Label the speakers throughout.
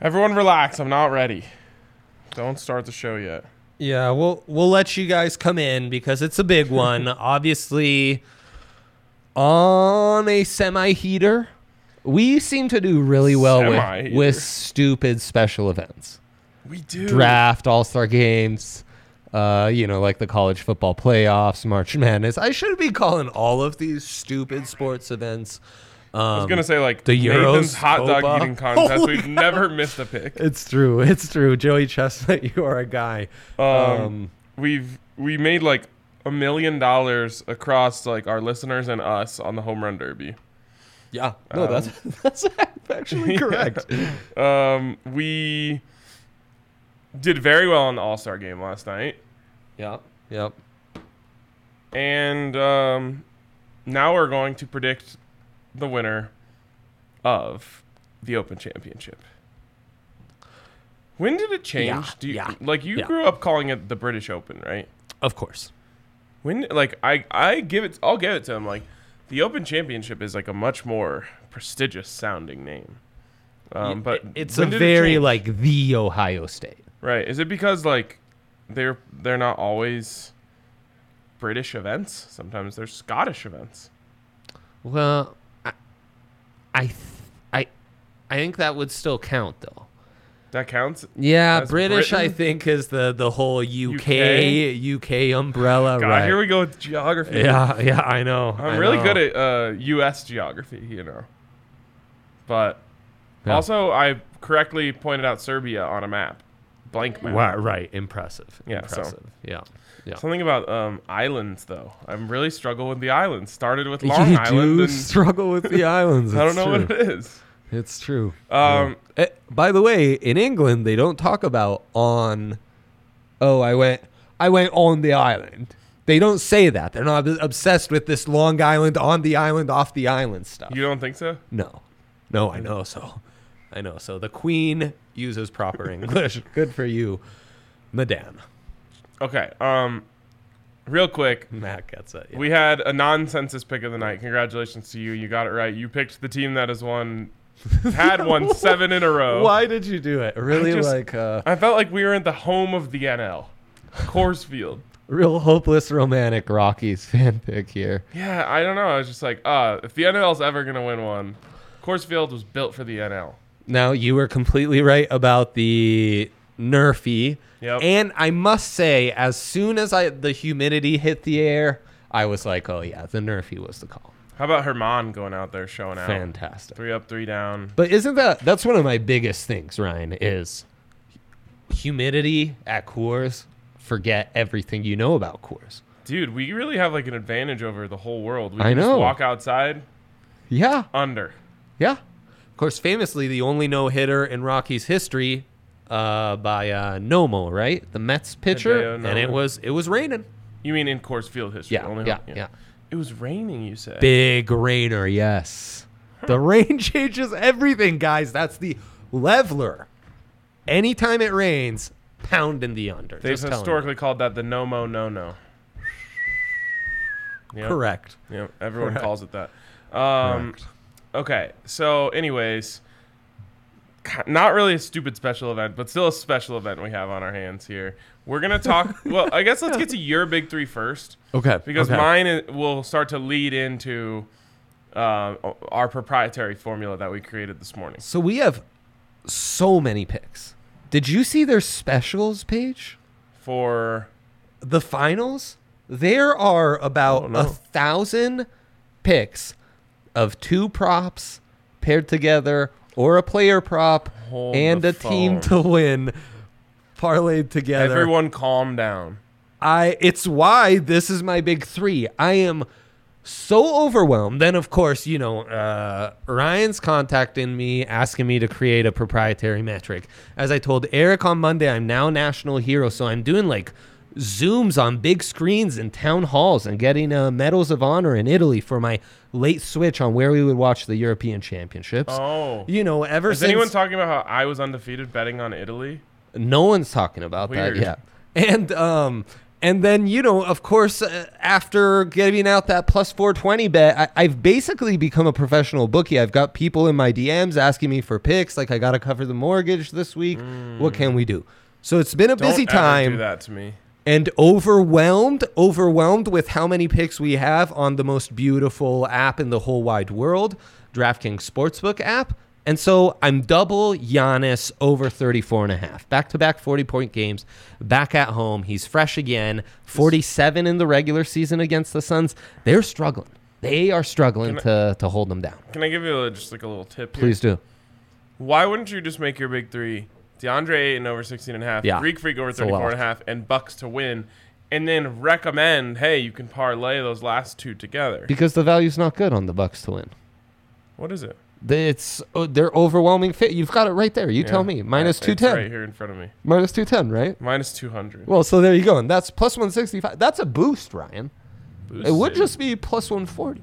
Speaker 1: Everyone relax. I'm not ready. Don't start the show yet.
Speaker 2: Yeah, we'll we'll let you guys come in because it's a big one. Obviously, on a semi heater, we seem to do really well with,
Speaker 1: Semi-heater.
Speaker 2: with stupid special events,
Speaker 1: We do.
Speaker 2: draft, All Star games. Uh, you know, like the college football playoffs, March Madness. I should be calling all of these stupid sports events. Um,
Speaker 1: I was gonna say like
Speaker 2: the
Speaker 1: Nathan's
Speaker 2: Euros,
Speaker 1: hot dog
Speaker 2: Copa.
Speaker 1: eating contest.
Speaker 2: Holy
Speaker 1: We've never missed a pick.
Speaker 2: It's true. It's true. Joey Chestnut, you are a guy.
Speaker 1: Um,
Speaker 2: Um,
Speaker 1: we've we made like a million dollars across like our listeners and us on the home run derby.
Speaker 2: yeah. No,
Speaker 1: um,
Speaker 2: that's that's actually correct.
Speaker 1: Um, we did very well in the All Star game last night,
Speaker 2: Yeah. Yep.
Speaker 1: and um, now we're going to predict the winner of the Open Championship. When did it change?
Speaker 2: Yeah,
Speaker 1: Do you,
Speaker 2: yeah,
Speaker 1: like you
Speaker 2: yeah.
Speaker 1: grew up calling it the British Open, right?
Speaker 2: Of course.
Speaker 1: When like I I give it I'll give it to him like the Open Championship is like a much more prestigious sounding name. Um, but
Speaker 2: it's a
Speaker 1: when did it
Speaker 2: very
Speaker 1: change?
Speaker 2: like the Ohio State.
Speaker 1: right. Is it because like they're they're not always British events? Sometimes they're Scottish events.
Speaker 2: Well, I, I, th- I, I think that would still count though.
Speaker 1: That counts.
Speaker 2: Yeah,
Speaker 1: That's
Speaker 2: British. I
Speaker 1: Britain?
Speaker 2: think is the the whole UK
Speaker 1: UK?
Speaker 2: UK, umbrella.
Speaker 1: God,
Speaker 2: right.
Speaker 1: here we go with geography.
Speaker 2: yeah, yeah. I know.
Speaker 1: I'm really good at uh, U.S. geography, you know. But
Speaker 2: Yeah.
Speaker 1: also, I correctly pointed out Serbia on a map, blank map.
Speaker 2: Wow, right. Impressive.
Speaker 1: Yeah, so-
Speaker 2: Impressive. Yeah. Yeah.
Speaker 1: Something about um, islands, though. I'm really struggling with the islands. Started with Long Island.
Speaker 2: do
Speaker 1: And
Speaker 2: struggle with the islands.
Speaker 1: I don't
Speaker 2: it's
Speaker 1: know
Speaker 2: true.
Speaker 1: what it is.
Speaker 2: It's true.
Speaker 1: Um,
Speaker 2: Eh, by the way, in England, they don't talk about on. Oh, I went. I went on the island. They don't say that. They're not obsessed with this Long Island, on the island, off the island stuff.
Speaker 1: You don't think so?
Speaker 2: no, no, I know so. I know so. The Queen uses proper English. Good for you, Madame.
Speaker 1: Okay. Um, real quick,
Speaker 2: Matt gets it. yeah.
Speaker 1: we had a non-census pick of the night. Congratulations to you. You got it right. You picked the team that has won, had won seven in a row.
Speaker 2: Why did you do it? Really,
Speaker 1: I just-
Speaker 2: like uh,
Speaker 1: I felt like we were in the home of the NL, Coors Field.
Speaker 2: real hopeless romantic Rockies fan pick here.
Speaker 1: Yeah, I don't know. I was just like, uh, if the NL's ever gonna win one, Coors Field was built for the NL.
Speaker 2: Now you were completely right about the nerfy.
Speaker 1: Yep.
Speaker 2: And I must say, as soon as I the humidity hit the air, I was like, oh yeah, the nerfy was the call.
Speaker 1: How about Herman going out there showing out?
Speaker 2: Fantastic.
Speaker 1: Three up, three down.
Speaker 2: But isn't that that's one of my biggest things, Ryan, is humidity at Coors, forget everything you know about Coors.
Speaker 1: Dude, we really have like an advantage over the whole world. We
Speaker 2: I
Speaker 1: can
Speaker 2: know.
Speaker 1: just walk outside
Speaker 2: Yeah.
Speaker 1: under.
Speaker 2: Yeah. Of course, famously the only no hitter in Rockies history uh, by uh, Nomo, right? The Mets pitcher.
Speaker 1: Hideo
Speaker 2: And it
Speaker 1: Nomo.
Speaker 2: was it was raining.
Speaker 1: You mean in Coors Field history?
Speaker 2: Yeah,
Speaker 1: only-
Speaker 2: yeah, yeah.
Speaker 1: It was raining, you said.
Speaker 2: Big rainer, yes. The rain changes everything, guys. That's the leveler. Anytime it rains, pound in the under.
Speaker 1: They've
Speaker 2: Just telling you.
Speaker 1: historically called that the no mo no no. Yep,
Speaker 2: correct.
Speaker 1: Yep. Everyone
Speaker 2: Correct.
Speaker 1: calls it that. Um, okay. So, anyways, ki- not really a stupid special event, but still a special event we have on our hands here. We're gonna talk. well, I guess let's get to your big three first.
Speaker 2: okay.
Speaker 1: because mine i- will start to lead into uh, our proprietary formula that we created this morning.
Speaker 2: So we have so many picks. Did you see their specials page?
Speaker 1: For
Speaker 2: the finals, there are about
Speaker 1: Oh, no.
Speaker 2: a thousand picks of two props paired together or a player prop
Speaker 1: Hold
Speaker 2: and
Speaker 1: the
Speaker 2: a team to
Speaker 1: phone.
Speaker 2: win parlayed together.
Speaker 1: everyone, calm down.
Speaker 2: I it's why this is my big 3. I am so overwhelmed. Then of course, you know, uh, Ryan's contacting me asking me to create a proprietary metric. As I told Eric on Monday, I'm now national hero, so I'm doing like zooms on big screens and town halls and getting uh, medals of honor in Italy for my late switch on where we would watch the European Championships.
Speaker 1: Oh,
Speaker 2: You know, ever
Speaker 1: is
Speaker 2: since
Speaker 1: anyone talking about how I was undefeated betting on Italy?
Speaker 2: no one's talking about
Speaker 1: Weird.
Speaker 2: that yet. And um And then, you know, of course, uh, after giving out that plus 420 bet, I, I've basically become a professional bookie. I've got people in my DMs asking me for picks, like, I got to cover the mortgage this week. What can we do? So it's been a
Speaker 1: Don't
Speaker 2: busy
Speaker 1: ever
Speaker 2: time
Speaker 1: do that to me.
Speaker 2: and overwhelmed, overwhelmed with how many picks we have on the most beautiful app in the whole wide world, DraftKings Sportsbook app. And so I'm double Giannis over 34 and a half. Back to back 40 point games, back at home. He's fresh again. 47 in the regular season against the Suns. They're struggling. They are struggling to, to hold them down.
Speaker 1: Can I give you a, just like a little tip? Here?
Speaker 2: Please do.
Speaker 1: Why wouldn't you just make your big three? DeAndre Ayton over 16 and a half,
Speaker 2: Yeah.
Speaker 1: Greek Freak over
Speaker 2: a
Speaker 1: 34 and a half, and Bucks to win, and then recommend, hey, you can parlay those last two together.
Speaker 2: Because the value's not good on the Bucks to win.
Speaker 1: What is it?
Speaker 2: It's oh, they're overwhelming fit. You've got it right there. You tell
Speaker 1: Yeah.
Speaker 2: me. Minus
Speaker 1: It's right
Speaker 2: 210.
Speaker 1: here in front of me.
Speaker 2: Minus 210, right?
Speaker 1: Minus 200.
Speaker 2: Well, so there you go, and that's plus one sixty five. That's a boost, Ryan. It would
Speaker 1: Boosted.
Speaker 2: just be plus one forty.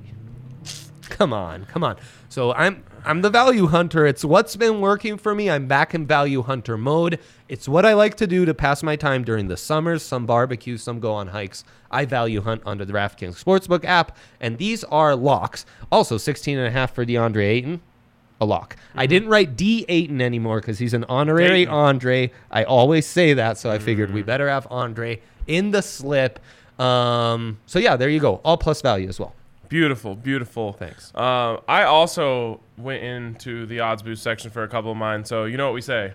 Speaker 2: Come on, come on. So I'm I'm the value hunter. It's what's been working for me. I'm back in value hunter mode. It's what I like to do to pass my time during the summers. Some barbecue, some go on hikes. I value hunt under the DraftKings Sportsbook app, and these are locks. Also, 16 and a half for DeAndre Ayton. A lock. I
Speaker 1: Mm-hmm.
Speaker 2: didn't write D. Ayton anymore because he's an honorary
Speaker 1: Ayton.
Speaker 2: Andre. I always say that, so I figured
Speaker 1: Mm-hmm.
Speaker 2: we better have Andre in the slip. Um, so yeah, there you go. All plus value as well.
Speaker 1: Beautiful, beautiful.
Speaker 2: Thanks.
Speaker 1: Um, I also went into the odds boost section for a couple of mine. So you know what we say: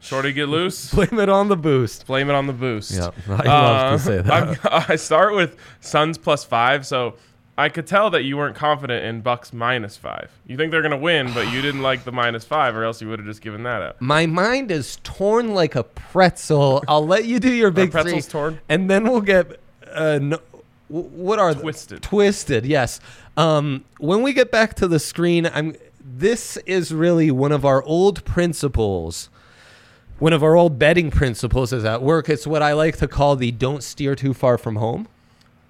Speaker 1: shorty get loose,
Speaker 2: Blame it on the boost.
Speaker 1: blame it on the boost.
Speaker 2: I
Speaker 1: Uh, I've- I start with Suns plus five. So I could tell that you weren't confident in Bucks minus five. You think they're gonna win, but you didn't like the minus five, or else you would have just given that up.
Speaker 2: My mind is torn like a pretzel. I'll let you do your big three,
Speaker 1: pretzels torn?
Speaker 2: and then we'll get. Uh, no, w- what are the-
Speaker 1: Twisted.
Speaker 2: Twisted, yes. Um, when we get back to the screen, I'm. This is really one of our old principles. One of our old betting principles is at work. It's what I like to call the "don't steer too far from home"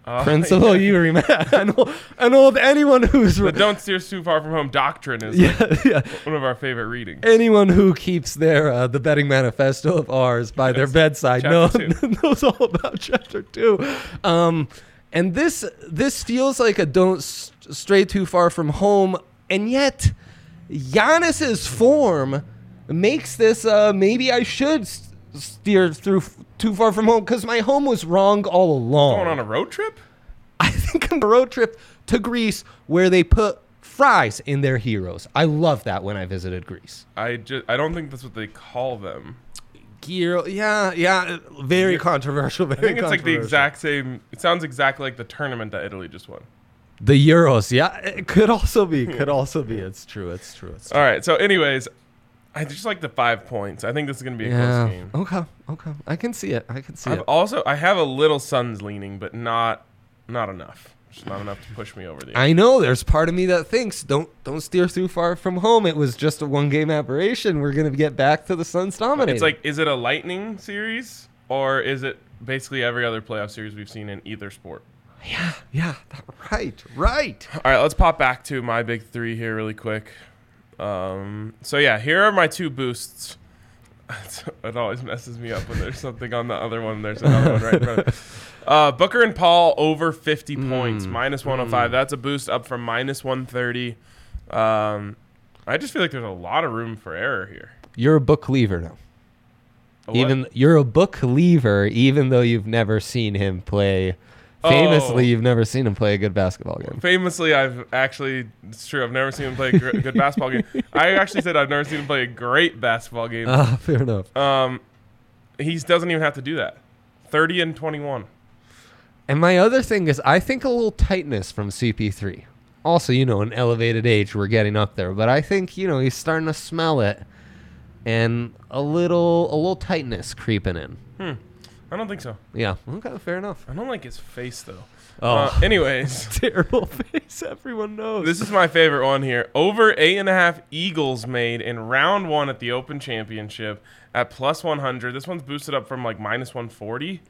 Speaker 1: Uh,
Speaker 2: principle. You remember? an, old, an old anyone who's
Speaker 1: The don't steer too far from home doctrine is like
Speaker 2: yeah, yeah.
Speaker 1: one of our favorite readings.
Speaker 2: anyone who keeps their uh, the betting manifesto of ours by their bedside know,
Speaker 1: Chapter
Speaker 2: knows all about chapter two um, and this this feels like a don't s- stray too far from home and yet Giannis's form makes this uh, maybe I should s- steer through f- too far from home because my home was wrong all along
Speaker 1: Going on a road trip?
Speaker 2: I think on the road trip to Greece where they put fries in their heroes I love that when I visited Greece
Speaker 1: I just I don't think that's what they call them.
Speaker 2: Giro, yeah, yeah, very controversial. Very
Speaker 1: I think it's like the exact same. It sounds exactly like the tournament that Italy just won.
Speaker 2: the Euros. Yeah, it could also be, could also be. It's true. It's true. It's true.
Speaker 1: All right. So, anyways, I just like the five points. I think this is going to be a close game.
Speaker 2: Okay. Okay. I can see it. I can see
Speaker 1: I've
Speaker 2: it.
Speaker 1: also I have a little Suns leaning, but not not enough. Just not enough to push me over the. edge.
Speaker 2: I know. There's part of me that thinks don't don't steer too far from home. It was just a one game aberration. We're gonna get back to the Suns dominating.
Speaker 1: It's like, is it a Lightning series or is it basically every other playoff series we've seen in either sport?
Speaker 2: yeah, yeah, right, right.
Speaker 1: All right, let's pop back to my big three here really quick. Um, so yeah, here are my two boosts. it always messes me up when there's something on the other one. There's another one right in front. of it. Uh, Booker and Paul over 50 points, minus 105. That's a boost up from minus 130. Um, I just feel like there's a lot of room for error here.
Speaker 2: You're a book leaver now.
Speaker 1: A lot-
Speaker 2: Even you're a book leaver, even though you've never seen him play. Famously,
Speaker 1: Oh.
Speaker 2: you've never seen him play a good basketball game.
Speaker 1: famously, I've actually it's true. I've never seen him play a gr- good basketball game. I actually said I've never seen him play a great basketball game.
Speaker 2: Ah, fair enough.
Speaker 1: Um, he doesn't even have to do that. Thirty and twenty-one.
Speaker 2: And my other thing is, I think a little tightness from CP3. Also, you know, an elevated age, we're getting up there, but I think you know he's starting to smell it, and a little, a little tightness creeping in.
Speaker 1: I don't think so.
Speaker 2: Yeah. Okay. Fair enough.
Speaker 1: I don't like his face though.
Speaker 2: Oh.
Speaker 1: Uh, anyways,
Speaker 2: Terrible face. Everyone knows.
Speaker 1: this is my favorite one here. Over eight and a half Eagles made in round one at the Open Championship at plus one hundred. This one's boosted up from like minus one forty.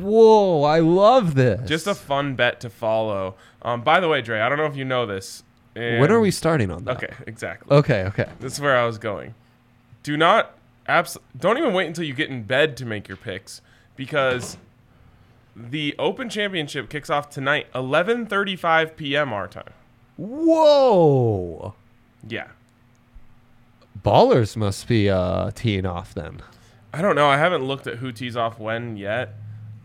Speaker 2: Whoa! I love this.
Speaker 1: Just a fun bet to follow. Um, by the way, Dre, I don't know if you know this. and-
Speaker 2: When are we starting on that?
Speaker 1: Okay, exactly.
Speaker 2: Okay. Okay.
Speaker 1: This is where I was going. Do not abs- don't even wait until you get in bed to make your picks because the Open Championship kicks off tonight, 11:35 p.m. our time.
Speaker 2: Whoa.
Speaker 1: Yeah.
Speaker 2: Ballers must be uh, teeing off then.
Speaker 1: I don't know. I haven't looked at who tees off when yet.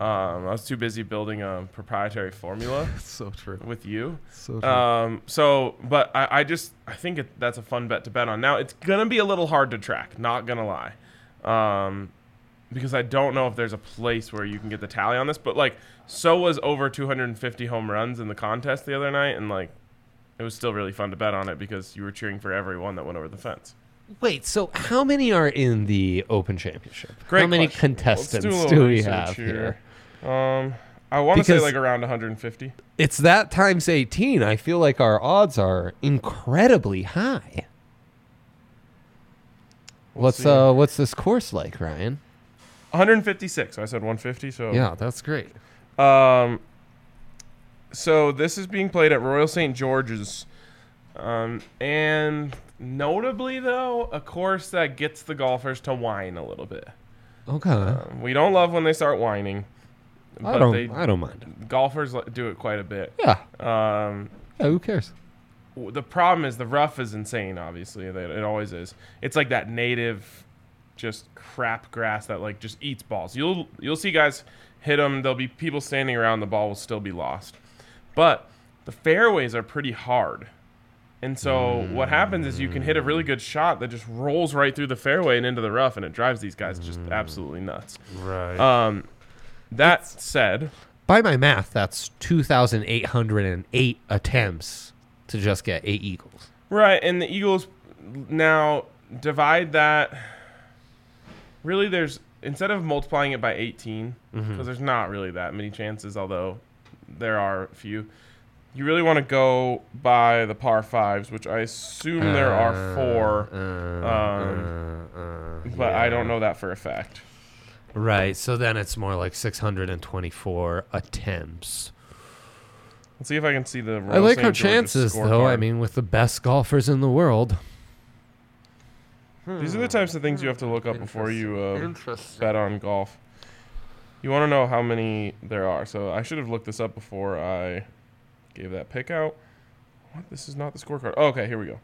Speaker 1: Um, I was too busy building a proprietary formula
Speaker 3: That's so true.
Speaker 1: with you.
Speaker 3: So
Speaker 2: Uh,
Speaker 3: true.
Speaker 1: Um, so, but I, I just I think it, that's a fun bet to bet on. Now it's gonna be a little hard to track, not gonna lie, um, because I don't know if there's a place where you can get the tally on this. But like, so was over 250 home runs in the contest the other night, and like, it was still really fun to bet on it because you were cheering for every one that went over the fence.
Speaker 2: Wait, so how many are in the Open Championship? how
Speaker 1: Great
Speaker 2: many
Speaker 1: question.
Speaker 2: contestants
Speaker 1: Let's do, a
Speaker 2: do,
Speaker 1: little
Speaker 2: we
Speaker 1: research
Speaker 2: have here?
Speaker 1: Um, I want to say
Speaker 2: Because-
Speaker 1: like around 150.
Speaker 2: It's that times 18. I feel like our odds are incredibly high. What's
Speaker 1: see.
Speaker 2: uh what's this course like, Ryan?
Speaker 1: 156. I said 150. So
Speaker 2: Yeah, that's great.
Speaker 1: Um, so this is being played at Royal St. George's. Um, and notably, though, a course that gets the golfers to whine a little bit.
Speaker 2: Okay.
Speaker 1: Um, we don't love when they start whining,
Speaker 2: I
Speaker 1: but
Speaker 2: don't
Speaker 1: they
Speaker 2: I don't mind.
Speaker 1: golfers li- do it quite a bit.
Speaker 2: Yeah.
Speaker 1: Um,
Speaker 2: yeah who cares?
Speaker 1: w- the problem is the rough is insane. Obviously, They- it always is. It's like that native, just crap grass that like just eats balls. You'll you'll see guys hit them. There'll be people standing around. The ball will still be lost. But the fairways are pretty hard, and so what happens is you can hit a really good shot that just rolls right through the fairway and into the rough, and it drives these guys just absolutely nuts.
Speaker 3: right.
Speaker 1: Um, that said,
Speaker 2: By my math, that's 2,808 attempts to just get eight eagles.
Speaker 1: Right, and the Eagles now divide that. Really, there's instead of multiplying it by 18,
Speaker 2: Mm-hmm.
Speaker 1: because there's not really that many chances, although there are a few. You really want to go by the par fives, which I assume there are four, um,
Speaker 2: Uh,
Speaker 1: but I don't know that for a fact.
Speaker 2: Right. So then it's more like 624 attempts.
Speaker 1: Let's see if I can see the.
Speaker 2: I
Speaker 1: Royal
Speaker 2: like
Speaker 1: St.
Speaker 2: our
Speaker 1: George's
Speaker 2: chances, though. I
Speaker 1: scorecard.
Speaker 2: mean, with the best golfers in the world.
Speaker 1: these are the types of things you have to look up before you uh,
Speaker 2: Interesting.
Speaker 1: bet on golf. You want to know how many there are. So I should have looked this up before I gave that pick out. What? This is not the scorecard. Oh, okay, here we go.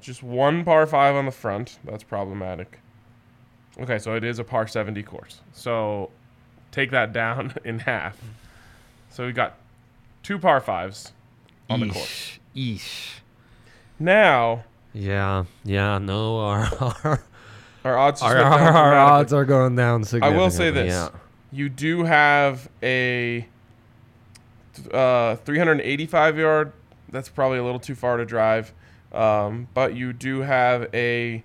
Speaker 1: Just one par five on the front. That's problematic. Okay, so it is a par 70 course. So take that down in half. So we got two par fives on the course.
Speaker 2: Eesh.
Speaker 1: Now,
Speaker 2: Yeah. Yeah. No, our, our,
Speaker 1: our odds just
Speaker 2: our,
Speaker 1: went down
Speaker 2: our,
Speaker 1: dramatically.
Speaker 2: odds are going down
Speaker 1: I
Speaker 2: significantly.
Speaker 1: will say this:
Speaker 2: Yeah.
Speaker 1: you do have a uh, 385 yard. That's probably a little too far to drive, um, but you do have a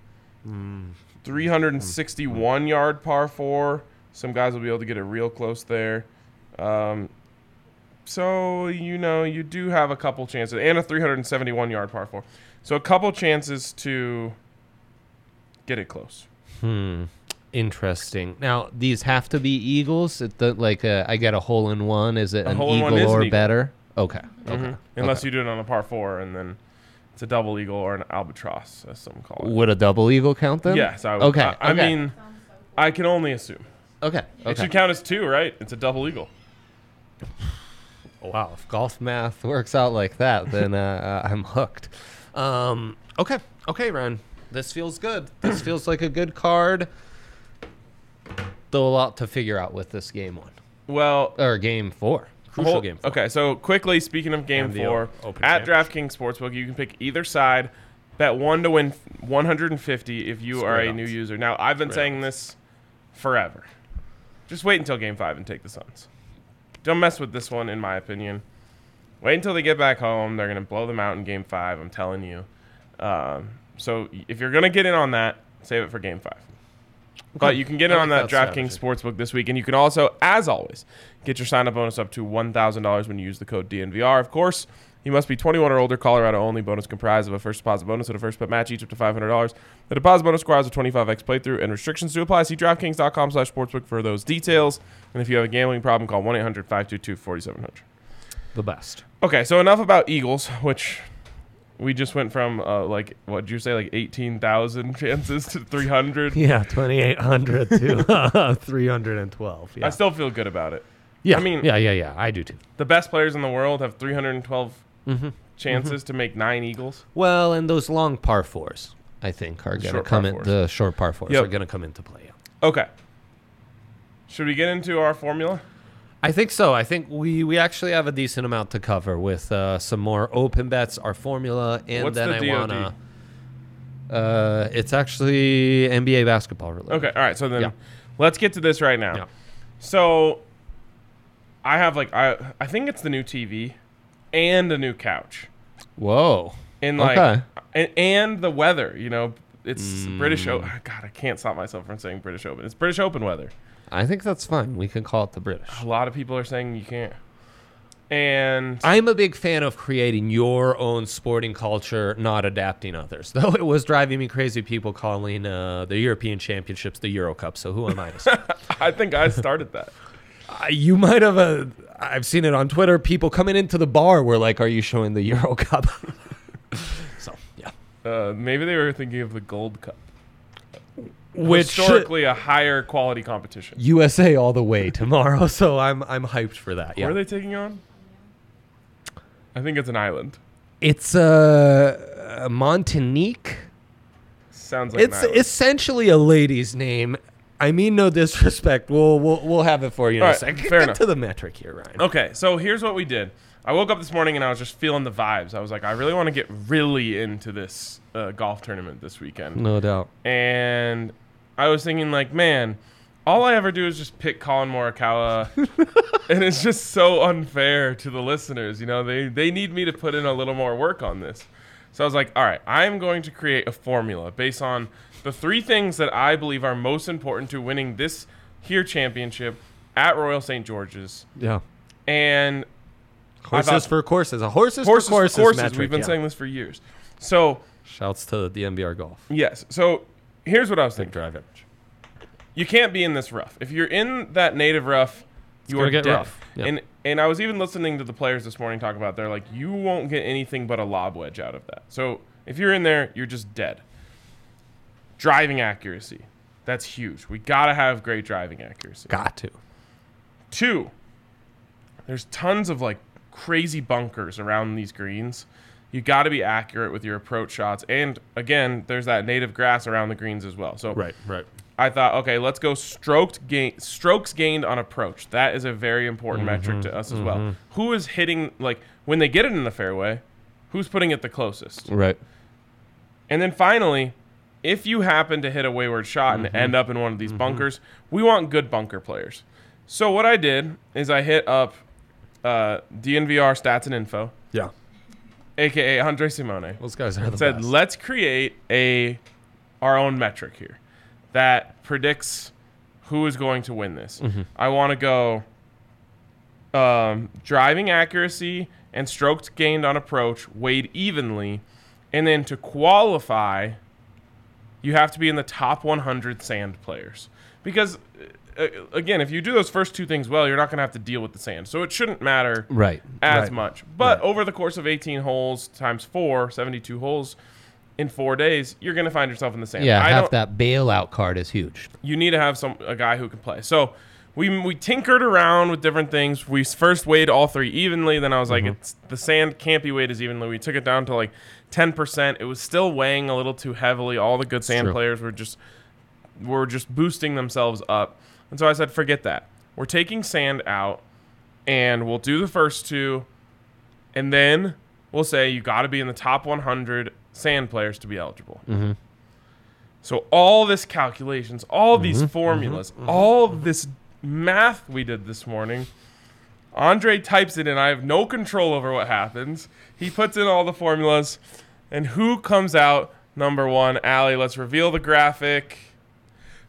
Speaker 1: 361 yard par four. Some guys will be able to get it real close there. Um, so you know you do have a couple chances, and a 371 yard par four. So a couple chances to get it close.
Speaker 2: Hmm. Interesting. Now, these have to be eagles. It the, like uh, I get a hole in one. Is it
Speaker 1: A
Speaker 2: an
Speaker 1: hole in one
Speaker 2: eagle
Speaker 1: is an
Speaker 2: or
Speaker 1: eagle.
Speaker 2: better? Okay.
Speaker 1: Mhm.
Speaker 2: Mm-hmm. okay.
Speaker 1: Unless you do it on a par four, and then it's a double eagle or an albatross, as some call it.
Speaker 2: Would a double eagle count then?
Speaker 1: yes, I would.
Speaker 2: Okay,
Speaker 1: I, I
Speaker 2: okay.
Speaker 1: mean, I can only assume
Speaker 2: Okay.
Speaker 1: it
Speaker 2: Okay.
Speaker 1: should count as two, right? It's a double eagle.
Speaker 2: Wow, if golf math works out like that, then uh, uh, I'm hooked. Um, okay, okay, Ryan. This feels good. This feels like a good card. Though a lot to figure out with this game one
Speaker 1: Well,
Speaker 2: or game four, crucial
Speaker 1: Whole-
Speaker 2: game. Four.
Speaker 1: Okay, so quickly speaking of game
Speaker 2: And the
Speaker 1: four,
Speaker 2: o- Open
Speaker 1: at DraftKings Sportsbook, you can pick either side. Bet one to win f- 150 if you are
Speaker 2: Spread
Speaker 1: a
Speaker 2: odds.
Speaker 1: new user. Now, I've been
Speaker 2: Spread
Speaker 1: saying this forever. Just wait until game five and take the Suns. Don't mess with this one, in my opinion. Wait until they get back home. They're going to blow them out in game five. I'm telling you. Um, so y- if you're going to get in on that, save it for game five. But you can get
Speaker 2: I
Speaker 1: in on that
Speaker 2: like that
Speaker 1: DraftKings Sportsbook this week. And you can also, as always, get your sign up bonus up to $1,000 when you use the code DNVR. Of course, you must be 21 or older, Colorado only. Bonus comprised of a first deposit bonus and a first bet match, each up to $500. The deposit bonus requires a 25x playthrough and restrictions to apply. See DraftKings.com slash sportsbook for those details. And if you have a gambling problem, call 1 800 522 4700.
Speaker 2: The best.
Speaker 1: Okay, so enough about Eagles, which we just went from uh, like what did you say like 18,000 chances to 300.
Speaker 2: Yeah, 2,800 to uh, 312. Yeah.
Speaker 1: I still feel good about it.
Speaker 2: yeah.
Speaker 1: I mean-
Speaker 2: yeah, yeah, yeah. I do too.
Speaker 1: The best players in the world have 312
Speaker 2: Mm-hmm.
Speaker 1: chances to make 9 eagles.
Speaker 2: Well, and those long par fours, I think, are going to
Speaker 1: short
Speaker 2: come
Speaker 1: par
Speaker 2: in.
Speaker 1: fours.
Speaker 2: The short par fours
Speaker 1: Yep.
Speaker 2: are going to come into play.
Speaker 1: Okay. Should we get into our formula?
Speaker 2: I think so. I think we, we actually have a decent amount to cover with uh, some more open bets, our formula, and
Speaker 1: What's
Speaker 2: then
Speaker 1: the
Speaker 2: I
Speaker 1: DOD?
Speaker 2: wanna. Uh, it's actually NBA basketball related.
Speaker 1: Okay. All right. So then
Speaker 2: Yeah.
Speaker 1: let's get to this right now.
Speaker 2: Yeah.
Speaker 1: So I have like I I think it's the new TV and a new couch.
Speaker 2: Whoa.
Speaker 1: And like
Speaker 2: Okay.
Speaker 1: and, and the weather, you know, it's
Speaker 2: Mm.
Speaker 1: British Open. God, I can't stop myself from saying British Open. It's British Open weather.
Speaker 2: I think that's fine. We can call it the British.
Speaker 1: A lot of people are saying you can't. And
Speaker 2: I'm a big fan of creating your own sporting culture, not adapting others. Though it was driving me crazy, people calling uh, the European Championships the Euro Cup. So who am I to say?
Speaker 1: I think I started that.
Speaker 2: Uh, you might have a. I've seen it on Twitter. People coming into the bar were like, "Are you showing the Euro Cup?" so yeah,
Speaker 1: Uh, maybe they were thinking of the Gold Cup.
Speaker 2: which
Speaker 1: Historically a higher quality competition.
Speaker 2: USA all the way tomorrow. So I'm I'm hyped for that.
Speaker 1: Where
Speaker 2: Yeah,
Speaker 1: are they taking on? I think it's an island.
Speaker 2: it's uh, uh, Montanique.
Speaker 1: Sounds like an
Speaker 2: It's
Speaker 1: island.
Speaker 2: essentially a lady's name. I mean no disrespect. We'll we'll, we'll have it for you in
Speaker 1: All
Speaker 2: a
Speaker 1: right,
Speaker 2: second.
Speaker 1: fair
Speaker 2: Get
Speaker 1: enough. Oh.
Speaker 2: to the metric here, Ryan.
Speaker 1: Okay, so here's what we did. I woke up this morning and I was just feeling the vibes. I was like, I really want to get really into this uh, golf tournament this weekend.
Speaker 2: No doubt.
Speaker 1: And I was thinking, like, man, all I ever do is just pick Colin Morikawa, and it's just so unfair to the listeners. You know, they they need me to put in a little more work on this. So I was like, all right, I am going to create a formula based on the three things that I believe are most important to winning this here championship at Royal St George's,
Speaker 2: Yeah.
Speaker 1: and
Speaker 2: Horses
Speaker 1: thought-
Speaker 2: for courses. A horses,
Speaker 1: horses,
Speaker 2: for courses.
Speaker 1: courses.
Speaker 2: metric,
Speaker 1: We've been
Speaker 2: yeah.
Speaker 1: saying this for years. So
Speaker 2: Shouts to the NBR golf.
Speaker 1: yes. So here's what I was thinking.
Speaker 2: Drive image.
Speaker 1: You can't be in this rough. If you're in that native rough, you
Speaker 2: gonna
Speaker 1: are
Speaker 2: get
Speaker 1: dead.
Speaker 2: rough. Yeah.
Speaker 1: And and I was even listening to the players this morning talk about. They're like, you won't get anything but a lob wedge out of that. So if you're in there, you're just dead. Driving accuracy, that's huge. We gotta have great driving accuracy.
Speaker 2: Got to.
Speaker 1: Two, there's tons of like crazy bunkers around these greens. You got to be accurate with your approach shots, and again, there's that native grass around the greens as well. So
Speaker 2: right.
Speaker 1: I thought, okay, let's go stroked gain strokes gained on approach. That is a very important metric to us as well. Who is hitting like when they get it in the fairway? Who's putting it the closest?
Speaker 2: Right.
Speaker 1: And then finally, if you happen to hit a wayward shot and end up in one of these bunkers, we want good bunker players. So what I did is I hit up uh, DNVR stats and info,
Speaker 2: Yeah.
Speaker 1: aka Andre Simone,
Speaker 2: Those guys are the
Speaker 1: said
Speaker 2: best.
Speaker 1: let's create a our own metric here that predicts who is going to win this.
Speaker 2: Mm-hmm.
Speaker 1: I want to go um, driving accuracy and strokes gained on approach weighed evenly, and then to qualify, you have to be in the top 100 sand players because. uh, Again, if you do those first two things well, you're not going to have to deal with the sand. So it shouldn't matter
Speaker 2: right.
Speaker 1: as
Speaker 2: right.
Speaker 1: much. But over the course of 18 holes times four, 72 holes in four days, you're going to find yourself in the sand.
Speaker 2: Yeah,
Speaker 1: I
Speaker 2: half
Speaker 1: don't,
Speaker 2: that bailout card is huge.
Speaker 1: you need to have some a guy who can play. So we, we tinkered around with different things. We first weighed all three evenly. Then I was like, it's, the sand can't be weighed as evenly. We took it down to like 10%. It was still weighing a little too heavily. All the good sand
Speaker 2: true.
Speaker 1: players were just were just boosting themselves up. And so I said, forget that. We're taking sand out and we'll do the first two, and then we'll say you got to be in the top 100 sand players to be eligible. So all this calculations, all these formulas, all this math we did this morning. Andre types it in. I have no control over what happens. He puts in all the formulas, and who comes out number one? Allie, let's reveal the graphic.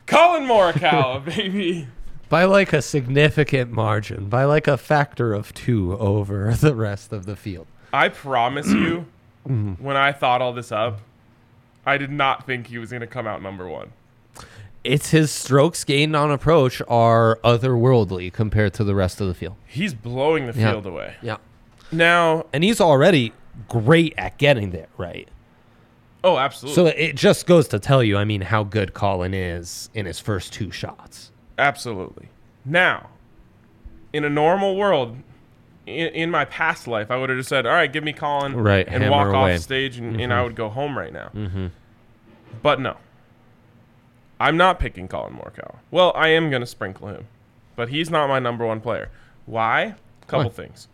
Speaker 1: Colin Morikawa, baby.
Speaker 2: By like a significant margin, by like a factor of two over the rest of the field.
Speaker 1: I promise you, when I thought all this up, I did not think he was going to come out number one.
Speaker 2: It's his strokes gained on approach are otherworldly compared to the rest of the field.
Speaker 1: He's blowing the
Speaker 2: Yeah.
Speaker 1: field away.
Speaker 2: Yeah.
Speaker 1: Now,
Speaker 2: And he's already great at getting it right.
Speaker 1: Oh, absolutely.
Speaker 2: So it just goes to tell you, I mean, how good Colin is in his first two shots.
Speaker 1: Absolutely. Now, in a normal world, in, in my past life, I would have just said, "All right, give me Colin,"
Speaker 2: Right,
Speaker 1: and
Speaker 2: hammer
Speaker 1: walk
Speaker 2: away. Mm-hmm.
Speaker 1: off stage, and, and I would go home right now. But no, I'm not picking Colin Morikawa. Well, I am going to sprinkle him, but he's not my number one player. Why? Couple
Speaker 2: Why?
Speaker 1: things.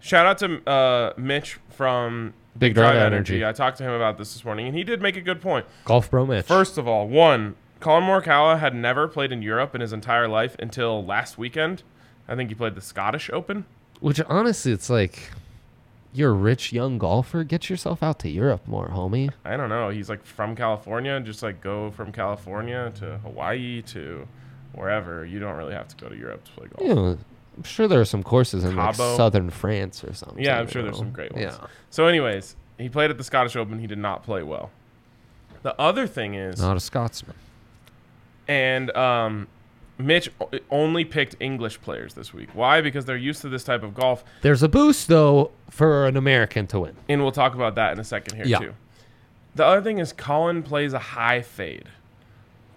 Speaker 1: Shout out to uh, Mitch from
Speaker 2: Big
Speaker 1: Drive
Speaker 2: Drive Energy.
Speaker 1: I talked to him about this this morning, and he did make a good point.
Speaker 2: Golf bro Mitch.
Speaker 1: First of all, one, Colin Morikawa had never played in Europe in his entire life until last weekend. I think he played the Scottish Open.
Speaker 2: Which honestly, it's like you're a rich young golfer. Get yourself out to Europe more, homie.
Speaker 1: I don't know. He's like from California, just like go from California to Hawaii to wherever. You don't really have to go to Europe to play golf.
Speaker 2: You know, I'm sure there are some courses in like
Speaker 1: Cabo.
Speaker 2: southern France or something.
Speaker 1: Yeah, I'm sure
Speaker 2: you
Speaker 1: there's
Speaker 2: know.
Speaker 1: some great ones.
Speaker 2: Yeah.
Speaker 1: So, anyways, he played at the Scottish Open. He did not play well. The other thing is,
Speaker 2: Not a Scotsman.
Speaker 1: and um, Mitch o- only picked English players this week. Why? Because they're used to this type of golf.
Speaker 2: There's a boost though for an American to win.
Speaker 1: and we'll talk about that in a second here
Speaker 2: Yeah.
Speaker 1: too. The other thing is Colin plays a high fade.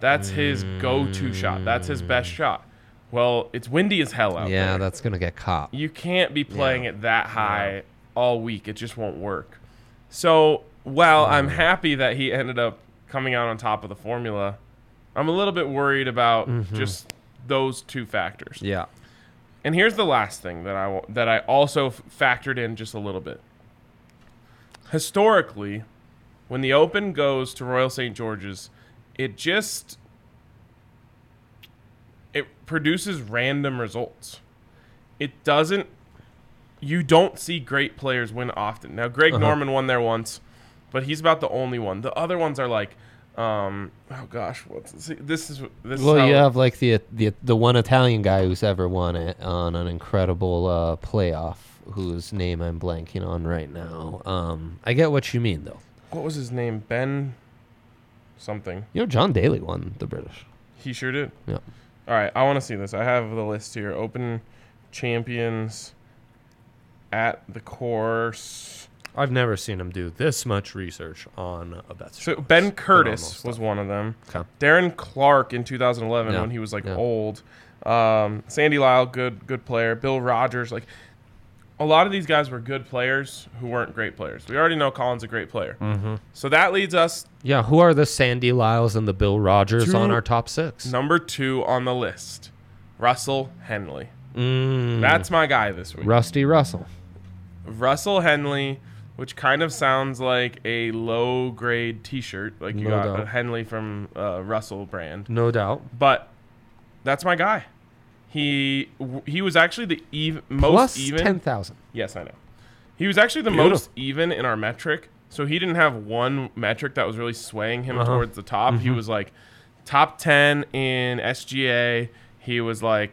Speaker 1: That's his go-to shot. That's his best shot. Well, it's windy as hell out
Speaker 2: Mm. yeah,
Speaker 1: there.
Speaker 2: that's gonna get caught.
Speaker 1: you can't be playing it that high all week. It just won't work. So, while I'm happy that he ended up coming out on top of the formula, I'm a little bit worried about
Speaker 2: Mm-hmm.
Speaker 1: just those two factors.
Speaker 2: Yeah.
Speaker 1: And here's the last thing that I wa- that I also f- factored in just a little bit. Historically, when the Open goes to Royal St George's, it just it produces random results. It doesn't you don't see great players win often. Now Greg Norman won there once, but he's about the only one. The other ones are like um oh gosh, what's this, this is this is
Speaker 2: Well,
Speaker 1: how-
Speaker 2: you have like the the the one Italian guy who's ever won it on an incredible uh, playoff, whose name I'm blanking on right now. Um, I get what you mean though.
Speaker 1: what was his name? Ben something.
Speaker 2: You know, John Daly won the British.
Speaker 1: He sure did.
Speaker 2: Yeah.
Speaker 1: All right, I want to see this. I have the list here. Open champions at the course.
Speaker 2: I've never seen him do this much research on a bet.
Speaker 1: So Ben Curtis
Speaker 2: stuff.
Speaker 1: was one of them.
Speaker 2: Okay.
Speaker 1: Darren Clark in 2011
Speaker 2: Yeah,
Speaker 1: when he was like
Speaker 2: yeah.
Speaker 1: old. Um, Sandy Lyle, good good player. Bill Rogers, like a lot of these guys were good players who weren't great players. We already know Colin's a great player.
Speaker 2: Mm-hmm.
Speaker 1: So that leads us
Speaker 2: Yeah, who are the Sandy Lyles and the Bill Rogers
Speaker 1: Two-
Speaker 2: on our top six?
Speaker 1: number two on the list, Russell Henley.
Speaker 2: Mm,
Speaker 1: That's my guy this week.
Speaker 2: Rusty Russell.
Speaker 1: Russell Henley, which kind of sounds like a low grade t shirt. Like you
Speaker 2: No
Speaker 1: got
Speaker 2: doubt.
Speaker 1: a Henley from uh, Russell brand.
Speaker 2: No doubt.
Speaker 1: But that's my guy. He w- he was actually the ev- most
Speaker 2: Plus
Speaker 1: even.
Speaker 2: 10,000.
Speaker 1: Yes, I know. He was actually the
Speaker 2: Beautiful.
Speaker 1: most even in our metric. So he didn't have one metric that was really swaying him
Speaker 2: Uh-huh.
Speaker 1: towards the top. He was like top 10 in SGA. He was like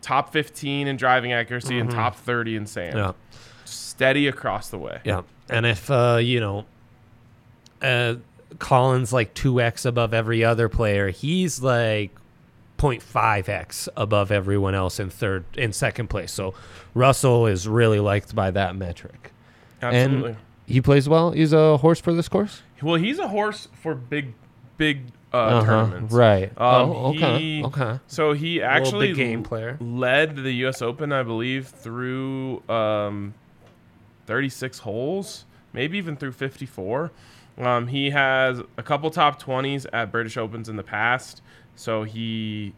Speaker 1: top 15 in driving accuracy and top 30 in sand.
Speaker 2: Mm-hmm. Yeah.
Speaker 1: Steady across the way.
Speaker 2: Yeah. And if, uh, you know, uh, Collins like 2x above every other player, he's like 0.5x above everyone else in third in second place. So Russell is really liked by that metric.
Speaker 1: Absolutely.
Speaker 2: And he plays well. He's a horse for this course.
Speaker 1: well, he's a horse for big, big uh,
Speaker 2: Uh-huh,
Speaker 1: tournaments.
Speaker 2: Right.
Speaker 1: Um,
Speaker 2: oh, okay.
Speaker 1: he-
Speaker 2: okay.
Speaker 1: So he
Speaker 2: Actually,
Speaker 1: actually
Speaker 2: big game player.
Speaker 1: led the U.S. Open, I believe, through um, 36 holes, maybe even through 54. Um, he has a couple top 20s at British Opens in the past, so he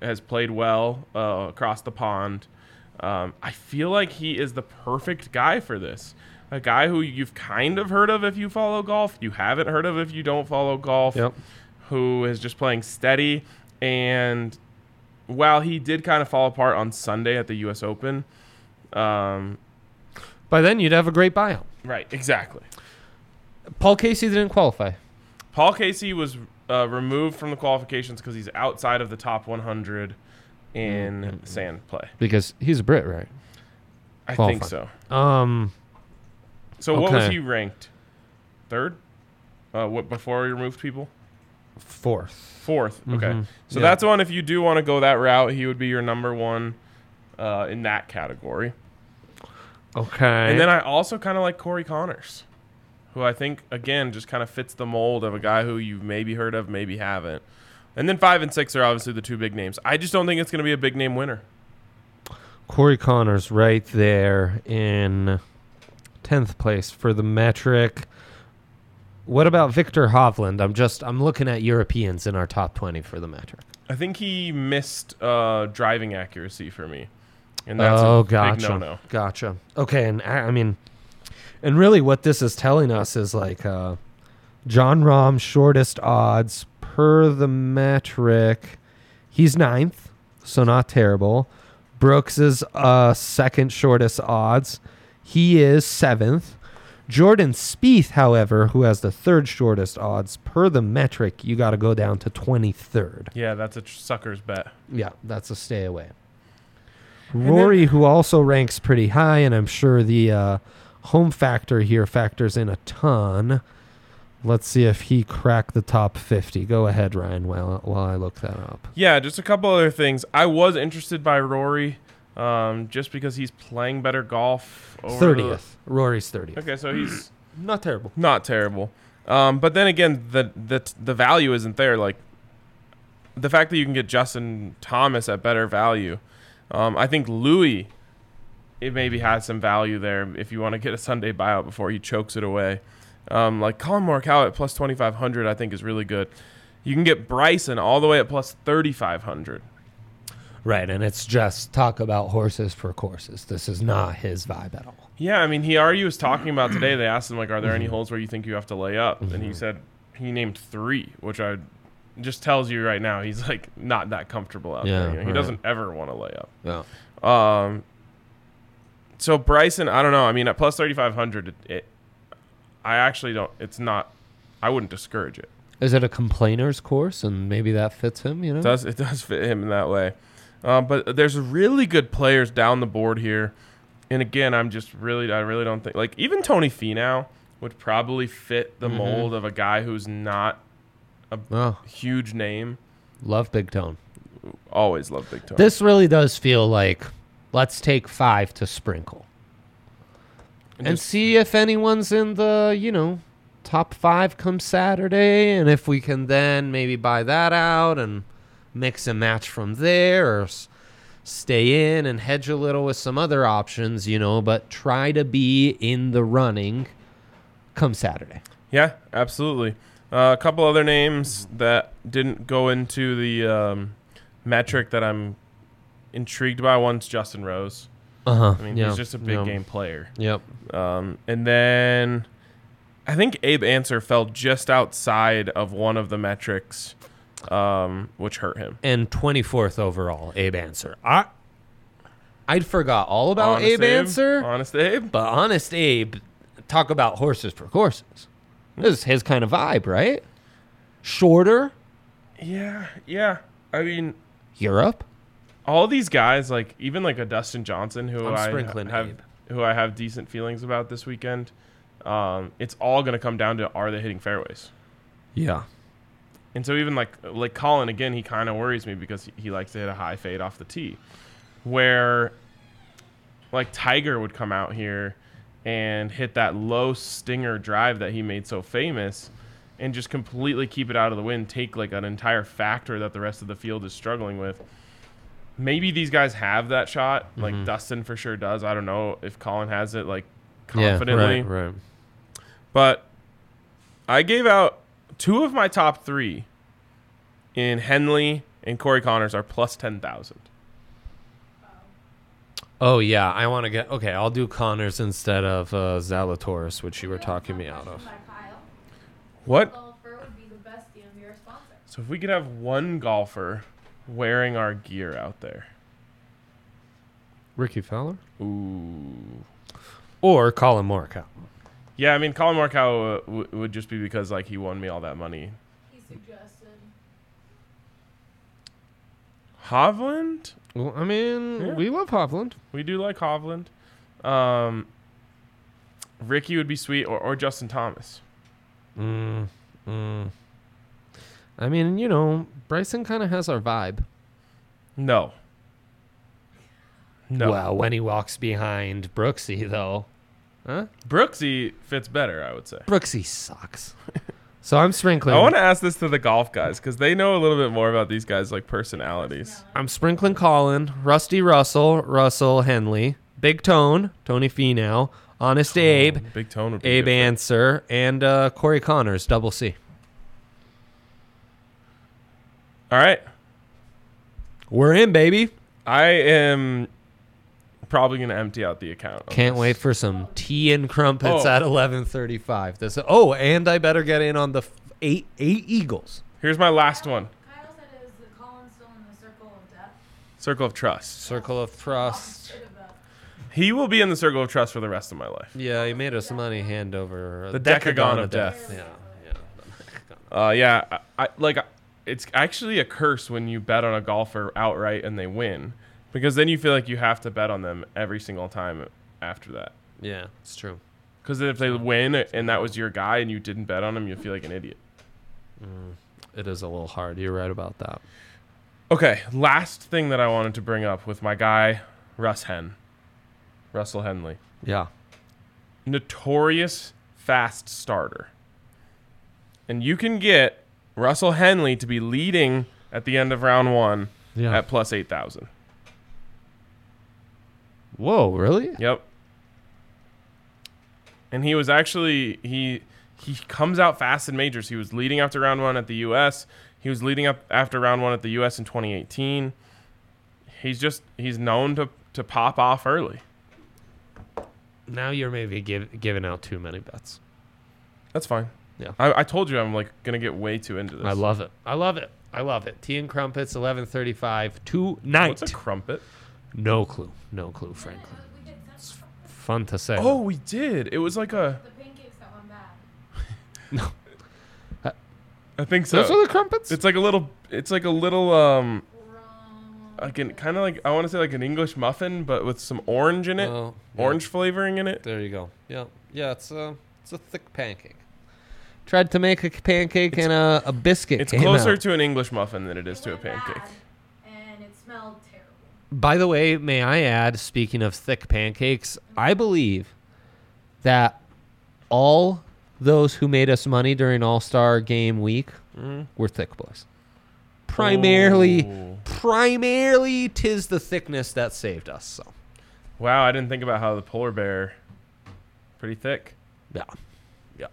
Speaker 1: has played well uh, across the pond. Um, I feel like he is the perfect guy for this. A guy who you've kind of heard of if you follow golf, you haven't heard of if you don't follow golf
Speaker 2: Yep.
Speaker 1: who is just playing steady. And while he did kind of fall apart on Sunday at the U.S. Open, um,
Speaker 2: By then, you'd have a great buyout.
Speaker 1: right, exactly.
Speaker 2: Paul Casey didn't qualify.
Speaker 1: Paul Casey was uh, removed from the qualifications because he's outside of the top 100 in sand play.
Speaker 2: because he's a Brit, right?
Speaker 1: Mm-hmm. I think
Speaker 2: Qualifying.
Speaker 1: so.
Speaker 2: Um,
Speaker 1: So what was
Speaker 2: Okay.
Speaker 1: he ranked? Third? Uh, what before we removed people?
Speaker 2: fourth.
Speaker 1: Fourth. Okay.
Speaker 2: Mhm.
Speaker 1: So
Speaker 2: Yeah.
Speaker 1: that's one. If you do want to go that route, he would be your number one uh, in that category.
Speaker 2: Okay.
Speaker 1: And then I also kind of like Corey Connors, who I think again just kind of fits the mold of a guy who you've maybe heard of, maybe haven't. And then five and six are obviously the two big names. I just don't think it's going to be a big name winner.
Speaker 2: Corey Connors right there in 10th place for the metric. What about Victor Hovland? I'm just I'm looking at Europeans in our top 20 for the metric.
Speaker 1: I think he missed uh, driving accuracy for me, and that's
Speaker 2: oh,
Speaker 1: a
Speaker 2: gotcha.
Speaker 1: big no-no.
Speaker 2: Gotcha. Okay, and uh, I, I mean, and really, what this is telling us is like uh, John Rom shortest odds per the metric. He's ninth, so not terrible. Brooks is uh, second shortest odds. He is seventh. Jordan Spieth, however, who has the third shortest odds per the metric, you got to go down to 23rd.
Speaker 1: Yeah, that's a tr- sucker's bet.
Speaker 2: Yeah, that's a stay away.
Speaker 1: then-
Speaker 2: Rory, who also ranks pretty high, and I'm sure the uh, home factor here factors in a ton. Let's see if he cracked the top 50. Go ahead, Ryan, while, while I look that up.
Speaker 1: Yeah, just a couple other things. I was interested by Rory, um, just because he's playing better golf. Over the-
Speaker 2: 30th. Rory's 30th.
Speaker 1: okay, so he's
Speaker 2: Not terrible.
Speaker 1: not terrible. Um, but then again, the the the value isn't there. Like the fact that you can get Justin Thomas at better value. Um, I think Louis, it maybe has some value there if you want to get a Sunday buyout before he chokes it away. Um, like Colin Morikawa at plus twenty five hundred, I think is really good. You can get Bryson all the way at plus thirty five hundred.
Speaker 2: Right, and it's just talk about horses for courses. This is not his vibe at all.
Speaker 1: Yeah, I mean, he already was talking about today. They asked him like, "Are there
Speaker 2: Mm-hmm.
Speaker 1: any holes where you think you have to lay up?" And he said he named three, which I just tells you right now he's like not that comfortable out
Speaker 2: Yeah,
Speaker 1: there. You know, he
Speaker 2: right.
Speaker 1: doesn't ever want to lay up.
Speaker 2: Yeah.
Speaker 1: Um, so Bryson, I don't know. I mean, at plus thirty five hundred, it, it, I actually don't. It's not. I wouldn't discourage it.
Speaker 2: Is it a complainer's course, and maybe that fits him, you know?
Speaker 1: It does it does fit him in that way. Um, but there's really good players down the board here, and again, I'm just really I really don't think like even Tony Finau would probably fit the
Speaker 2: Mhm.
Speaker 1: mold of a guy who's not
Speaker 2: oh,
Speaker 1: huge name.
Speaker 2: love Big Tone.
Speaker 1: Always love Big Tony.
Speaker 2: This really does feel like let's take five to sprinkle and,
Speaker 1: just-
Speaker 2: see if anyone's in the, you know, top five come Saturday. And if we can then maybe buy that out and mix and match from there or s- stay in and hedge a little with some other options, you know, but try to be in the running come Saturday.
Speaker 1: yeah, absolutely. Uh, a couple other names that didn't go into the um, metric that I'm intrigued by. One's Justin Rose.
Speaker 2: Uh huh.
Speaker 1: I mean, he's just a big game player.
Speaker 2: Yep.
Speaker 1: Um, and then I think Abe Answer fell just outside of one of the metrics, um, which hurt him.
Speaker 2: and 24th overall, Abe Answer. I I'd forgot all about
Speaker 1: Honest
Speaker 2: Oh, Abe Answer,
Speaker 1: Honest Abe.
Speaker 2: but honest Abe, talk about horses for courses. This is his kind of vibe, right? Shorter
Speaker 1: Yeah, yeah. I mean,
Speaker 2: Europe.
Speaker 1: all these guys, like even like a Dustin Johnson, who
Speaker 2: I'm
Speaker 1: I
Speaker 2: sprinkling
Speaker 1: have,
Speaker 2: Abe.
Speaker 1: who I have decent feelings about this weekend. Um, it's all going to come down to are they hitting fairways.
Speaker 2: Yeah.
Speaker 1: And so even like like Colin again, he kind of worries me because he, he likes to hit a high fade off the tee, where like Tiger would come out here and hit that low stinger drive that he made so famous, and just completely keep it out of the wind, take like an entire factor that the rest of the field is struggling with. Maybe these guys have that shot, like
Speaker 2: Mm-hmm.
Speaker 1: Dustin for sure does. I don't know if Colin has it like confidently.
Speaker 2: right, right.
Speaker 1: But I gave out two of my top three in Henley and Corey Connors are plus 10,000.
Speaker 2: Oh yeah, I want to get okay. I'll do Connors instead of uh, Zalatoris, which you were talking me out of.
Speaker 1: What?
Speaker 3: Golfer would be the best DMVR sponsor.
Speaker 1: So if we could have one golfer wearing our gear out there.
Speaker 2: Ricky Fowler
Speaker 1: Ooh.
Speaker 2: or Colin Morikawa.
Speaker 1: Yeah, I mean, Colin Morikawa w- w- would just be because like he won me all that money.
Speaker 3: He suggested.
Speaker 1: Hovland,
Speaker 2: Well, I mean,
Speaker 1: Yeah.
Speaker 2: we love Hovland.
Speaker 1: we do like Hovland. Um, Ricky would be sweet, or, or Justin Thomas.
Speaker 2: Mm, mm. I mean, you know, Bryson kind of has our vibe.
Speaker 1: No. No.
Speaker 2: Well, when he walks behind Brooksy, though, huh?
Speaker 1: Brooksy fits better, I would say.
Speaker 2: Brooksy sucks. so I'm sprinkling.
Speaker 1: I want to ask this to the golf guys because they know a little bit more about these guys' like personalities.
Speaker 2: I'm sprinkling Colin, Rusty Russell, Russell Henley, Big Tone, Tony Finau, Honest Abe,
Speaker 1: Um, Big Tone would be
Speaker 2: Abe
Speaker 1: good for-
Speaker 2: Answer, and uh, Corey Connors, double C.
Speaker 1: All right,
Speaker 2: We're in, baby.
Speaker 1: I am probably gonna empty out the account. on
Speaker 2: Can't
Speaker 1: this.
Speaker 2: wait for some tea and crumpets
Speaker 1: Oh.
Speaker 2: at 11:35. This oh, and I better get in on the f- eight eight Eagles.
Speaker 1: Here's my last one:
Speaker 3: Kyle said it was the Colin still in the circle of death.
Speaker 1: Circle of Trust.
Speaker 2: Circle of Thrust.
Speaker 3: Opposite of that.
Speaker 1: He will be in the Circle of Trust for the rest of my life.
Speaker 2: Yeah, he made us money hand over
Speaker 1: The Decagon of Death.
Speaker 2: Yeah,
Speaker 1: Uh, yeah, I, I like it's actually a curse when you bet on a golfer outright and they win because then you feel like you have to bet on them every single time after that.
Speaker 2: yeah, it's true.
Speaker 1: Because if they win and that was your guy and you didn't bet on him, you feel like an idiot.
Speaker 2: It is a little hard. You're right about that.
Speaker 1: Okay, last thing that I wanted to bring up with my guy, Russ Hen, Russell Henley,
Speaker 2: Yeah.
Speaker 1: notorious fast starter. And you can get Russell Henley to be leading at the end of round one
Speaker 2: Yeah.
Speaker 1: at plus 8,000.
Speaker 2: Whoa, really?
Speaker 1: Yep. And he was actually he he comes out fast in majors. He was leading after round one at the U.S. He was leading up after round one at the U.S. in 2018. He's just he's known to to pop off early.
Speaker 2: Now you're maybe give, giving out too many bets.
Speaker 1: That's fine.
Speaker 2: Yeah.
Speaker 1: I, I told you I'm like gonna get way too into this.
Speaker 2: I love it. I love it. I love it. Tea and crumpets, 11:35 tonight.
Speaker 1: What's a crumpet?
Speaker 2: No clue. No clue,
Speaker 3: Then it
Speaker 2: frankly.
Speaker 3: was- we did such
Speaker 2: Fun to say.
Speaker 1: Oh, we did. It was like a
Speaker 3: the pancakes that went bad.
Speaker 1: I think so.
Speaker 2: those are the crumpets.
Speaker 1: it's like a little it's like a little um
Speaker 3: Wrong.
Speaker 1: like an kind of like I want to say like an English muffin but with some orange in it,
Speaker 2: Oh, yeah.
Speaker 1: orange flavoring in it.
Speaker 2: There you go. Yeah, yeah. It's a it's a thick pancake. Tried to make a c- pancake and a, a biscuit.
Speaker 1: It's
Speaker 2: came
Speaker 1: closer
Speaker 2: out.
Speaker 1: to an English muffin than it is to a
Speaker 3: went bad,
Speaker 1: pancake.
Speaker 3: And it smelled terrible.
Speaker 2: By the way, may I add? Speaking of thick pancakes, I believe that all those who made us money during All Star Game Week Mm-hmm. were thick boys. Primarily,
Speaker 1: Ooh.
Speaker 2: Oh. primarily, tis the thickness that saved us. So,
Speaker 1: Wow, I didn't think about how the polar bear, pretty thick.
Speaker 2: yeah, yeah.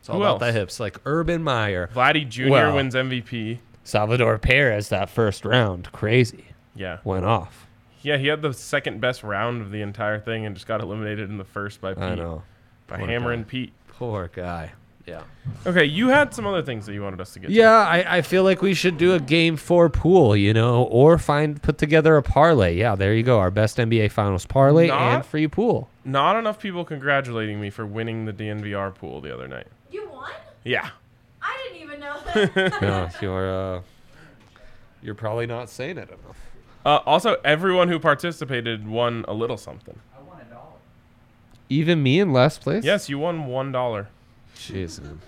Speaker 2: It's all
Speaker 1: Who
Speaker 2: about
Speaker 1: else?
Speaker 2: the hips, like Urban Meyer.
Speaker 1: Vladdy Jr.
Speaker 2: Well.
Speaker 1: wins MVP.
Speaker 2: Salvador Perez that first round, crazy,
Speaker 1: Yeah,
Speaker 2: went off.
Speaker 1: yeah, he had the second best round of the entire thing and just got eliminated in the first by Pete,
Speaker 2: I know.
Speaker 1: by
Speaker 2: Poor
Speaker 1: Hammer
Speaker 2: guy.
Speaker 1: and Pete.
Speaker 2: Poor guy. Yeah.
Speaker 1: Okay, you had some other things that you wanted us to get. to.
Speaker 2: Yeah, I, I feel like we should do a game four pool, you know, or find put together a parlay. Yeah, there you go. Our best NBA finals parlay
Speaker 1: Not-
Speaker 2: and free pool.
Speaker 1: Not enough people congratulating me for winning the DNVR pool the other night.
Speaker 3: You won?
Speaker 1: Yeah.
Speaker 3: I didn't even know that.
Speaker 2: Yeah, you're uh you're probably not saying it enough.
Speaker 1: Uh, also, everyone who participated won a little something.
Speaker 2: Even me in last place?
Speaker 1: Yes, you won one dollar.
Speaker 2: Jeez, man.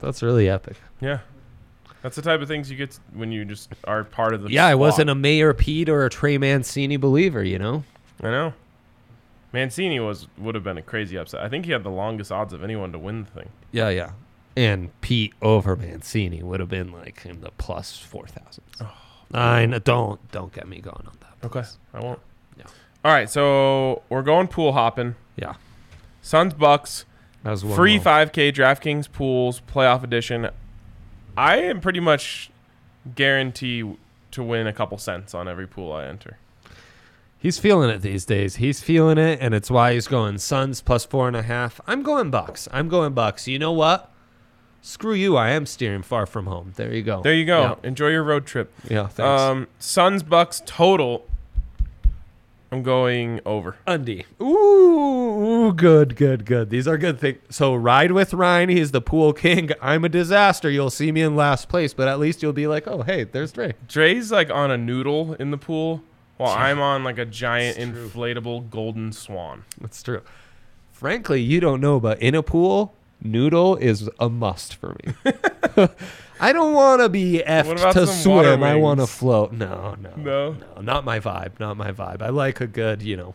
Speaker 2: That's really epic.
Speaker 1: Yeah. That's the type of things you get when you just are part of the.
Speaker 2: Yeah, I
Speaker 1: squad.
Speaker 2: wasn't a Mayor Pete or a Trey Mancini believer, you know?
Speaker 1: I know. Mancini was would have been a crazy upset. I think he had the longest odds of anyone to win the thing.
Speaker 2: Yeah, yeah. And Pete over Mancini would have been like in the plus four thousand.
Speaker 1: Oh.
Speaker 2: I know, don't don't get me going on that. please.
Speaker 1: I won't.
Speaker 2: Yeah.
Speaker 1: All right, so we're going pool hopping.
Speaker 2: Yeah.
Speaker 1: Suns Bucks
Speaker 2: That was one
Speaker 1: free
Speaker 2: more.
Speaker 1: 5K DraftKings pools playoff edition. I am pretty much guarantee to win a couple cents on every pool I enter.
Speaker 2: He's feeling it these days. He's feeling it, and it's why he's going Suns plus four and a half. I'm going Bucks. I'm going Bucks. You know what? Screw you. I am steering far from home. There you go.
Speaker 1: There you go. Enjoy your road trip.
Speaker 2: Yeah. yeah thanks.
Speaker 1: Um, Suns Bucks total. I'm going over.
Speaker 2: Undy. Ooh, good, good, good. These are good things. So ride with Ryan. He's the pool king. I'm a disaster. You'll see me in last place, but at least you'll be like, oh, hey, there's Dre.
Speaker 1: Dre's like on a noodle in the pool, while I'm on like a giant
Speaker 2: It's true.
Speaker 1: inflatable golden swan.
Speaker 2: That's true. Frankly, you don't know, but in a pool, noodle is a must for me. I don't want to be
Speaker 1: What
Speaker 2: effed
Speaker 1: about
Speaker 2: to
Speaker 1: some water
Speaker 2: swim. I want to
Speaker 1: wings?
Speaker 2: float. No, no,
Speaker 1: No?
Speaker 2: Not my vibe. Not my vibe. I like a good, you know.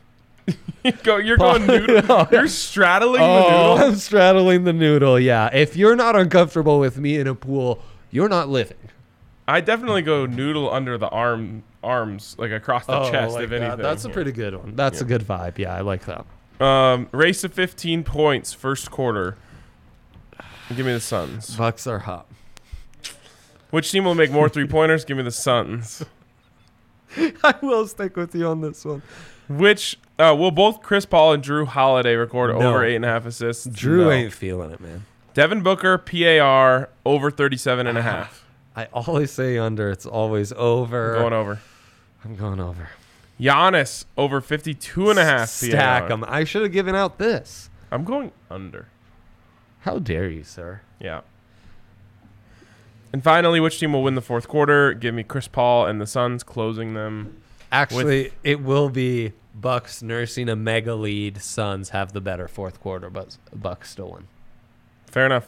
Speaker 1: You go, you're going noodle. You're straddling the noodle.
Speaker 2: Oh, I'm straddling the noodle. Yeah. If you're not uncomfortable with me in a pool, you're not living.
Speaker 1: I definitely go noodle under the arm arms, like across the chest,
Speaker 2: Oh, like
Speaker 1: if
Speaker 2: that.
Speaker 1: anything.
Speaker 2: That's a pretty good one. That's a good vibe. Yeah, I like that.
Speaker 1: Um, race of 15 points, first quarter. Give me the Suns.
Speaker 2: Bucks are hot.
Speaker 1: Which team will make more three pointers? Give me the Suns.
Speaker 2: I will stick with you on this one.
Speaker 1: Which uh, will both Chris Paul and Drew Holiday record
Speaker 2: No.
Speaker 1: over eight and a half assists?
Speaker 2: Drew
Speaker 1: No.
Speaker 2: ain't feeling it, man.
Speaker 1: Devin Booker, PAR, over 37 and a half.
Speaker 2: I always say under. It's always over.
Speaker 1: Going over.
Speaker 2: I'm going over.
Speaker 1: Giannis, over 52 and a half.
Speaker 2: Stack
Speaker 1: PAR.
Speaker 2: them. I should have given out this.
Speaker 1: I'm going under.
Speaker 2: How dare you, sir?
Speaker 1: Yeah. And finally, which team will win the fourth quarter? Give me Chris Paul and the Suns closing them.
Speaker 2: Actually, it will be Bucks nursing a mega lead. Suns have the better fourth quarter, but Bucks still win.
Speaker 1: Fair enough.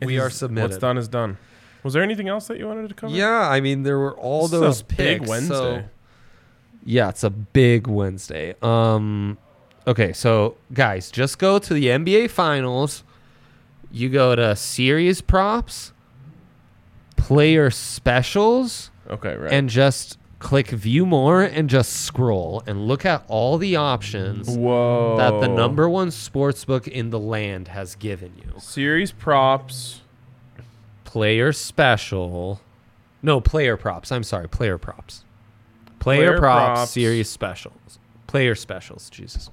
Speaker 2: We
Speaker 1: It
Speaker 2: are
Speaker 1: is- What's
Speaker 2: submitted.
Speaker 1: done is done. Was there anything else that you wanted to cover?
Speaker 2: Yeah, I mean there were all
Speaker 1: This is a
Speaker 2: those
Speaker 1: big
Speaker 2: picks.
Speaker 1: Wednesday.
Speaker 2: so- yeah, it's a big Wednesday. Um, okay, so guys, just go to the NBA Finals. You go to series props, player specials,
Speaker 1: Okay, right.
Speaker 2: and just click view more and just scroll and look at all the options.
Speaker 1: Whoa.
Speaker 2: that the number one sports book in the land has given you.
Speaker 1: Series props.
Speaker 2: Player special. No, player props. I'm sorry, player props. Player,
Speaker 1: Player
Speaker 2: props,
Speaker 1: props.
Speaker 2: series specials. Player specials, Jesus.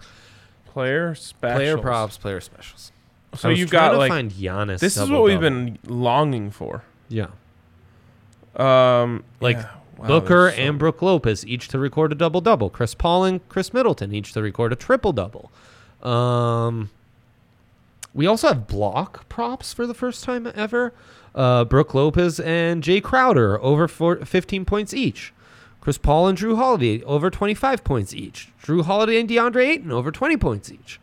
Speaker 1: Player specials.
Speaker 2: Player props, player specials.
Speaker 1: So
Speaker 2: I was
Speaker 1: you've
Speaker 2: trying
Speaker 1: got
Speaker 2: to
Speaker 1: like
Speaker 2: find Giannis.
Speaker 1: this is
Speaker 2: double
Speaker 1: what we've
Speaker 2: double.
Speaker 1: been longing for.
Speaker 2: Yeah.
Speaker 1: Um,
Speaker 2: Like
Speaker 1: yeah. Wow,
Speaker 2: Booker
Speaker 1: there's so-
Speaker 2: and Brooke Lopez each to record a double double. Chris Paul and Chris Middleton each to record a triple double. Um, we also have block props for the first time ever. Uh, Brooke Lopez and Jay Crowder over four, 15 points each. Chris Paul and Drew Holiday over 25 points each. Drew Holiday and DeAndre Ayton over 20 points each.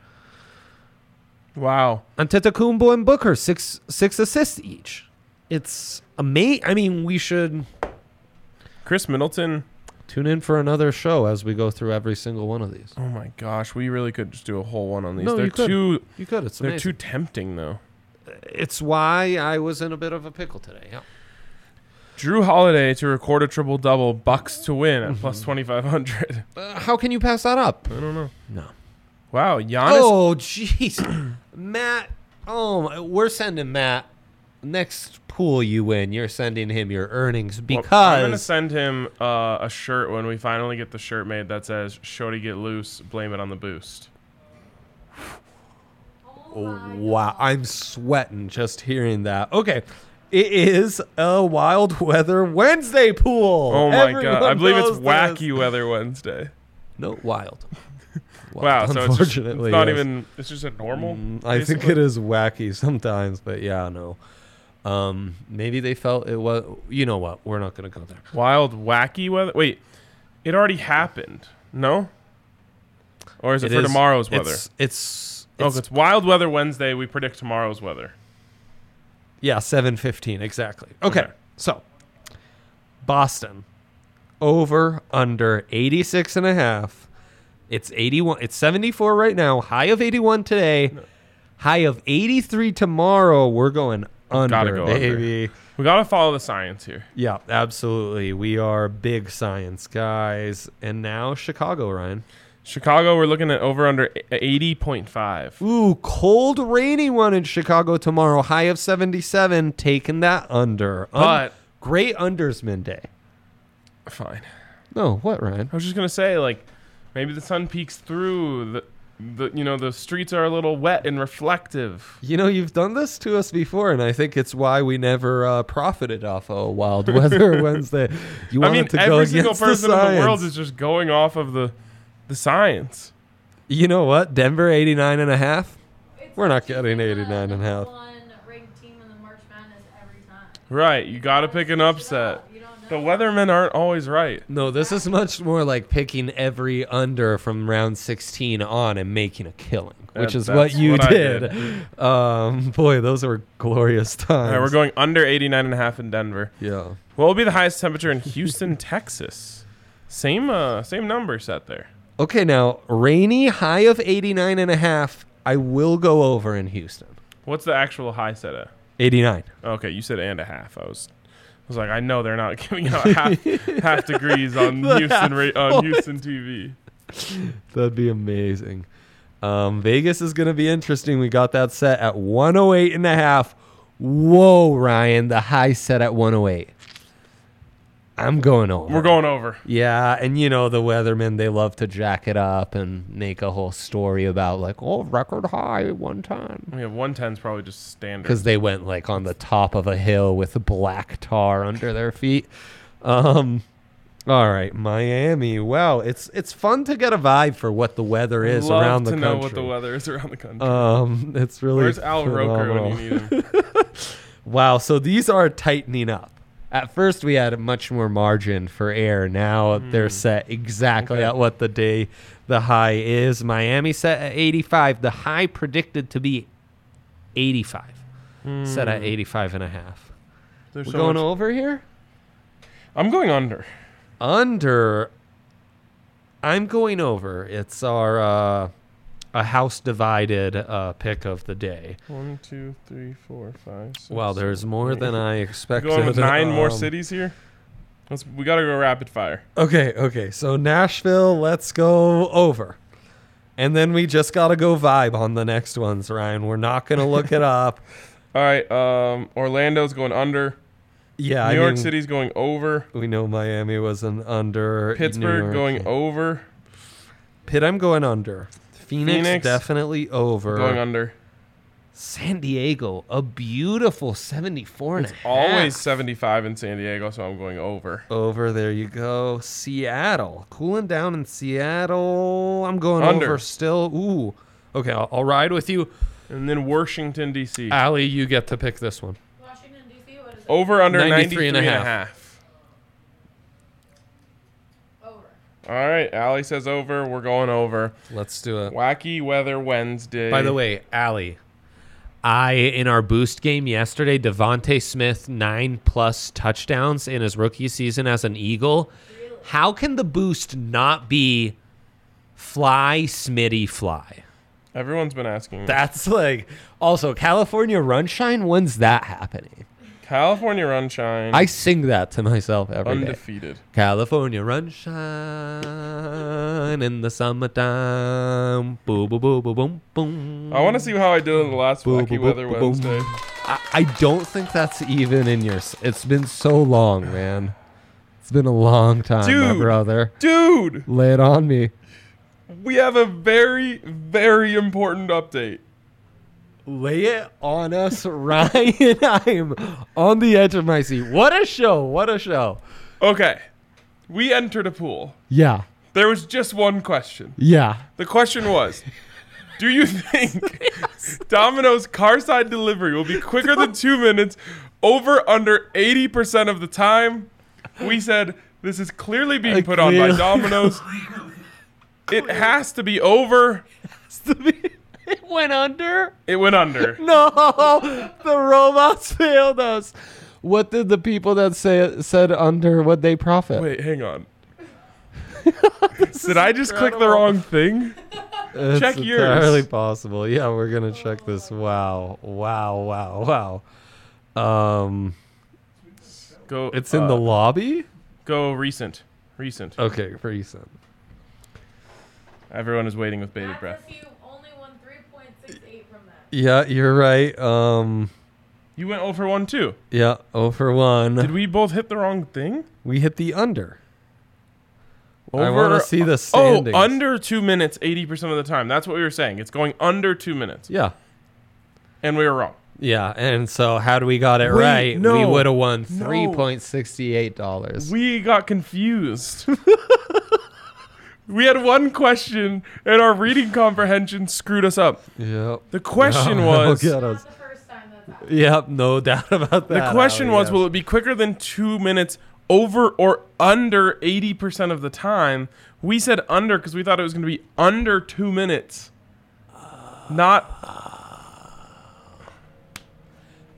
Speaker 1: Wow.
Speaker 2: Antetokounmpo and Booker six six assists each. It's amazing. I mean, we should
Speaker 1: Chris Middleton.
Speaker 2: Tune in for another show as we go through every single one of these.
Speaker 1: Oh my gosh, we really could just do a whole one on these.
Speaker 2: No,
Speaker 1: they're
Speaker 2: you could.
Speaker 1: too
Speaker 2: You could. It's
Speaker 1: they're too tempting though.
Speaker 2: It's why I was in a bit of a pickle today. Yeah.
Speaker 1: Drew Holiday to record a triple double, Bucks to win at
Speaker 2: Mm-hmm.
Speaker 1: plus twenty five hundred.
Speaker 2: Uh, how can you pass that up?
Speaker 1: I don't know.
Speaker 2: No.
Speaker 1: Wow, Giannis.
Speaker 2: Oh, jeez, Matt. Oh, my- we're sending Matt. Next pool you win, you're sending him your earnings
Speaker 1: Well,
Speaker 2: because
Speaker 1: I'm gonna send him uh, a shirt when we finally get the shirt made that says "Shorty get loose, blame it on the boost."
Speaker 3: Oh
Speaker 2: Oh,
Speaker 3: my
Speaker 2: wow,
Speaker 3: God.
Speaker 2: I'm sweating just hearing that. Okay. It is a wild weather Wednesday pool.
Speaker 1: Oh my god, I
Speaker 2: Everyone
Speaker 1: believe it's
Speaker 2: knows this.
Speaker 1: Wacky Weather Wednesday.
Speaker 2: No, wild.
Speaker 1: Wow, so
Speaker 2: Wild,
Speaker 1: it's, just, it's
Speaker 2: unfortunately,
Speaker 1: not
Speaker 2: yes.
Speaker 1: even. It's just a normal.
Speaker 2: Mm, I think
Speaker 1: basically?
Speaker 2: it is wacky sometimes, but yeah, no. Um, maybe they felt it was. You know what? We're not gonna go there.
Speaker 1: Wild Wacky Weather. Wait, it already happened. No. Or is it, for
Speaker 2: is-
Speaker 1: tomorrow's weather?
Speaker 2: It's it's,
Speaker 1: oh,
Speaker 2: it's,
Speaker 1: it's Wild Weather Wednesday. We predict tomorrow's weather.
Speaker 2: yeah, seven fifteen exactly. Okay,
Speaker 1: Okay.
Speaker 2: so Boston over under 86 and a half. It's 81 it's 74 right now, high of 81 today, high of 83 tomorrow. We're going under,
Speaker 1: go under.
Speaker 2: baby.
Speaker 1: We gotta follow the science here.
Speaker 2: Yeah, absolutely. We are big science guys. And now Chicago, Ryan.
Speaker 1: Chicago, we're looking at over under eighty point five.
Speaker 2: Ooh, cold, rainy one in Chicago tomorrow. High of 77, taking that under. Un-
Speaker 1: But-
Speaker 2: great undersman day.
Speaker 1: Fine.
Speaker 2: No, what, Ryan?
Speaker 1: I was just gonna say, like, maybe the sun peeks through the, the you know, the streets are a little wet and reflective.
Speaker 2: You know, you've done this to us before, and I think it's why we never uh, profited off a wild weather Wednesday. You
Speaker 1: I
Speaker 2: wanted
Speaker 1: mean,
Speaker 2: to go
Speaker 1: every single
Speaker 2: against the
Speaker 1: person in the world
Speaker 2: science.
Speaker 1: is just going off of the, the science.
Speaker 2: You know what? Denver 89 and a half.
Speaker 3: It's
Speaker 2: We're not
Speaker 3: like
Speaker 2: getting
Speaker 3: picking
Speaker 2: 89 and a half.
Speaker 3: One ranked team in the March Madness every time.
Speaker 1: Right. You gotta pick an
Speaker 3: Switch it
Speaker 1: upset.
Speaker 3: up. You don't know.
Speaker 1: The weathermen aren't always right.
Speaker 2: No, this is much more like picking every under from round 16 on and making a killing, which
Speaker 1: That-
Speaker 2: is
Speaker 1: that's
Speaker 2: what you
Speaker 1: what I
Speaker 2: did.
Speaker 1: did.
Speaker 2: Um, boy, those were glorious times.
Speaker 1: All right, we're going under 89 and a half in Denver.
Speaker 2: Yeah.
Speaker 1: What will be the highest temperature in Houston, Texas? Same uh, same number set there.
Speaker 2: Okay, now rainy high of 89 and a half. I will go over in Houston.
Speaker 1: What's the actual high set at?
Speaker 2: 89.
Speaker 1: Okay, you said and a half. I was I was like, I know they're not giving out half, half degrees on
Speaker 2: The
Speaker 1: Houston ra-
Speaker 2: half
Speaker 1: on Houston TV.
Speaker 2: That'd be amazing. Um, Vegas is going to be interesting. We got that set at 108 and a half. Whoa, Ryan, the high set at 108. I'm going over.
Speaker 1: We're going over.
Speaker 2: Yeah, and you know the weathermen, they love to jack it up and make a whole story about like, oh, record high at one time.
Speaker 1: We have 110's probably just standard.
Speaker 2: Because they went like on the top of a hill with black tar under their feet. Um all right, Miami. Wow, it's it's fun to get a vibe for what the weather is
Speaker 1: Love
Speaker 2: around
Speaker 1: to
Speaker 2: the
Speaker 1: know
Speaker 2: country.
Speaker 1: what the weather is around the country.
Speaker 2: um, it's really
Speaker 1: Where's Al Roker when
Speaker 2: phenomenal.
Speaker 1: you need him?
Speaker 2: Wow, so these are tightening up. At first, we had much more margin for error. Now they're set exactly
Speaker 1: Hmm. Okay.
Speaker 2: at what the day the high is. Miami set at 85. The high predicted to be 85.
Speaker 1: Hmm.
Speaker 2: Set at 85 and a half.
Speaker 1: There's
Speaker 2: We're
Speaker 1: so
Speaker 2: going
Speaker 1: much-
Speaker 2: over here?
Speaker 1: I'm going under.
Speaker 2: Under. I'm going over. It's our uh, a house divided uh, pick of the day.
Speaker 1: One, two, three, four, five, six.
Speaker 2: Wow, there's more than I expected.
Speaker 1: going with nine more
Speaker 2: Um,
Speaker 1: cities here. Let's, we got to go rapid fire.
Speaker 2: Okay, okay. So Nashville, let's go over. And then we just got to go vibe on the next ones, Ryan. We're not going to look it up.
Speaker 1: All right. Um, Orlando's going under.
Speaker 2: Yeah,
Speaker 1: New
Speaker 2: I
Speaker 1: York
Speaker 2: mean,
Speaker 1: City's going over.
Speaker 2: We know Miami was an under. New
Speaker 1: Pittsburgh
Speaker 2: York-
Speaker 1: going over.
Speaker 2: Pitt, I'm going under. Phoenix,
Speaker 1: Phoenix,
Speaker 2: definitely over.
Speaker 1: Going under.
Speaker 2: San Diego, a beautiful 74 and a half.
Speaker 1: Always 75 in San Diego, so I'm going over.
Speaker 2: over. There you go. Seattle, cooling down in Seattle. I'm going
Speaker 1: Under.
Speaker 2: over still. Ooh. Okay, I'll, I'll ride with you.
Speaker 1: And then Washington D.C.
Speaker 2: Allie, you get to pick this one.
Speaker 3: Washington, D.C., what is it?
Speaker 2: Oh,
Speaker 1: over under
Speaker 2: 93
Speaker 1: 93
Speaker 2: and a
Speaker 1: half.
Speaker 3: Over.
Speaker 1: All right, Allie says over. We're going over.
Speaker 2: Let's do it.
Speaker 1: Wacky weather Wednesday.
Speaker 2: By the way, Allie, I in our boost game yesterday, Devonte Smith nine plus touchdowns in his rookie season as an Eagle. How can the boost not be fly Smitty fly?
Speaker 1: everyone's been asking. me.
Speaker 2: That's like also California Runshine. When's that happening?
Speaker 1: California Runshine
Speaker 2: I sing that to myself every day.
Speaker 1: undefeated.
Speaker 2: California Runshine in the summertime. Boom, boom, boom, boom, boom, boom.
Speaker 1: I want to see how I did in the last
Speaker 2: Boom,
Speaker 1: Wacky
Speaker 2: boom,
Speaker 1: Oh, Weather
Speaker 2: boom, boom.
Speaker 1: Wednesday.
Speaker 2: I, I don't think that's even in your. s- It's been so long, man. It's been a long time, my
Speaker 1: Dude.
Speaker 2: brother.
Speaker 1: Dude,
Speaker 2: Lay it on me.
Speaker 1: we have a very, very important update.
Speaker 2: Lay it on us, Ryan. I'm on the edge of my seat. What a show! What a show!
Speaker 1: Okay, we entered a pool.
Speaker 2: Yeah,
Speaker 1: There was just one question.
Speaker 2: yeah.
Speaker 1: The question was, do you think Domino's carside delivery will be quicker than two minutes over under 80% of the time? We said this is clearly being put on by
Speaker 2: Clearly-
Speaker 1: Domino's. It has to be over.
Speaker 2: it went under.
Speaker 1: It went under.
Speaker 2: No, the robots failed us. What did the people that say said under? What they profit?
Speaker 1: Wait, hang on. Did I just click the wrong thing?
Speaker 2: It's
Speaker 1: Check yours.
Speaker 2: entirely possible. Yeah, we're gonna check this. Wow, wow, wow, wow. Um,
Speaker 1: Go.
Speaker 2: it's in the Oh.
Speaker 1: uh,
Speaker 2: lobby.
Speaker 1: go recent. Recent.
Speaker 2: Okay, recent.
Speaker 1: Everyone is waiting with bated
Speaker 3: That's
Speaker 1: breath.
Speaker 3: if you only won 3.68 from that.
Speaker 2: Yeah, you're right. Um,
Speaker 1: You went over one too.
Speaker 2: yeah, oh for one.
Speaker 1: Did we both hit the wrong thing?
Speaker 2: we hit the under. I
Speaker 1: Over-
Speaker 2: want to see the
Speaker 1: Oh,
Speaker 2: standings.
Speaker 1: under two minutes, eighty percent of the time. That's what we were saying. It's going under two minutes,
Speaker 2: Yeah,
Speaker 1: and we were wrong.
Speaker 2: yeah. And so, had we got it
Speaker 1: Wait,
Speaker 2: right, we
Speaker 1: no.
Speaker 2: would have won
Speaker 1: No.
Speaker 2: three point sixty eight dollars.
Speaker 1: We got confused. we had one question, and our reading comprehension screwed us up.
Speaker 2: Yep.
Speaker 1: The question
Speaker 2: Oh,
Speaker 1: was.
Speaker 2: God. That
Speaker 3: Not
Speaker 2: was-
Speaker 3: the first time that's happened.
Speaker 2: Yep. No doubt about that.
Speaker 1: The question
Speaker 2: Ali,
Speaker 1: was,
Speaker 2: yeah.
Speaker 1: will it be quicker than two minutes over or under 80% of the time. We said under because we thought it was going to be under two minutes. Not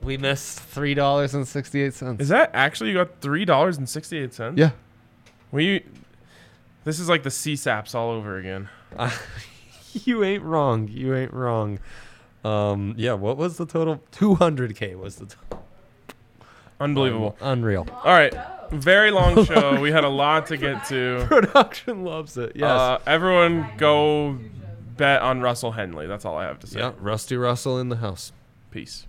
Speaker 2: We missed three dollars and sixty-eight cents.
Speaker 1: is that actually you got three dollars and sixty eight cents?
Speaker 2: Yeah.
Speaker 1: We this is like the CSAPs all over again.
Speaker 2: you ain't wrong. You ain't wrong. Um, yeah. What was the total? Two hundred k was the total.
Speaker 1: Unbelievable.
Speaker 2: Unreal.
Speaker 3: Long
Speaker 1: All right,
Speaker 3: show.
Speaker 1: very long show. We had a lot to get to.
Speaker 2: Production loves it. Yes.
Speaker 1: Uh, everyone go
Speaker 3: Two shows.
Speaker 1: bet on Russell Henley. That's all I have to say.
Speaker 2: yeah. Rusty Russell in the house.
Speaker 1: Peace.